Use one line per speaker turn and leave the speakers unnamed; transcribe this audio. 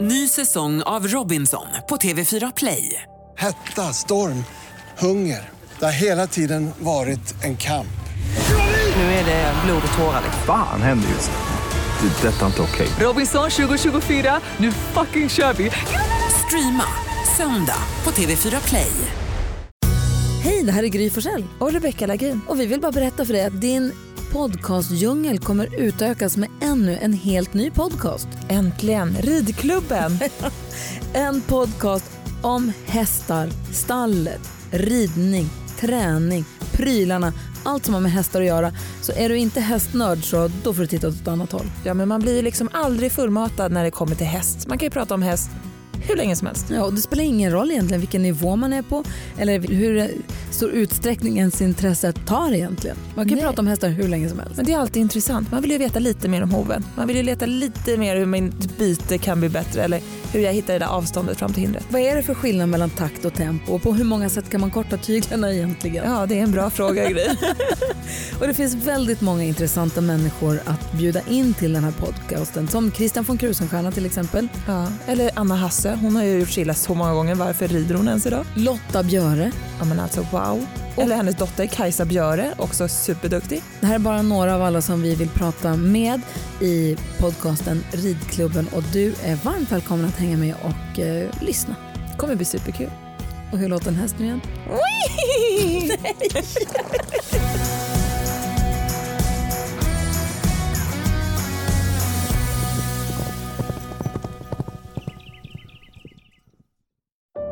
Ny säsong av Robinson på TV4 Play.
Hetta, storm, hunger. Det har hela tiden varit en kamp.
Nu är det blod och tårar. liksom.
Fan händer just nu. Det. är Detta är inte okej.
Robinson 2024, nu fucking kör vi! Streama söndag på TV4 Play.
Hej, det här är Gry Forssell och Rebecca Lagrin. Och vi vill bara berätta för dig att din podcastdjungel kommer utökas med ännu en helt ny podcast.
Äntligen! Ridklubben!
En podcast om hästar, stallet, ridning, träning, prylarna, allt som har med hästar att göra. Så är du inte hästnörd så då får du titta åt ett annat håll.
Ja, men man blir ju liksom aldrig fullmatad när det kommer till häst. Man kan ju prata om häst hur länge som helst.
Ja, och det spelar ingen roll egentligen vilken nivå man är på eller hur stor utsträckning ens intresse tar egentligen. Man kan ju
Nej.
prata om hästar hur länge som helst.
Men det är alltid intressant. Man vill ju veta lite mer om hoven. Man vill ju leta lite mer hur min byte kan bli bättre eller hur jag hittar det där avståndet fram till hindret.
Vad är det för skillnad mellan takt och tempo och på hur många sätt kan man korta tyglarna egentligen?
Ja, det är en bra fråga Gry.
Och det finns väldigt många intressanta människor att bjuda in till den här podcasten som Christian von Krusenstjerna till exempel,
Ja. Eller Anna Hasse, hon har ju gjort sig illa så många gånger. Varför rider hon ens idag?
Lotta Björe.
Ja men alltså wow. Eller hennes dotter Kajsa Björe, också superduktig.
Det här är bara några av alla som vi vill prata med i podcasten Ridklubben och du är varmt välkommen att hänga med och eh, lyssna.
Kommer bli superkul.
Och hur låter en häst nu igen?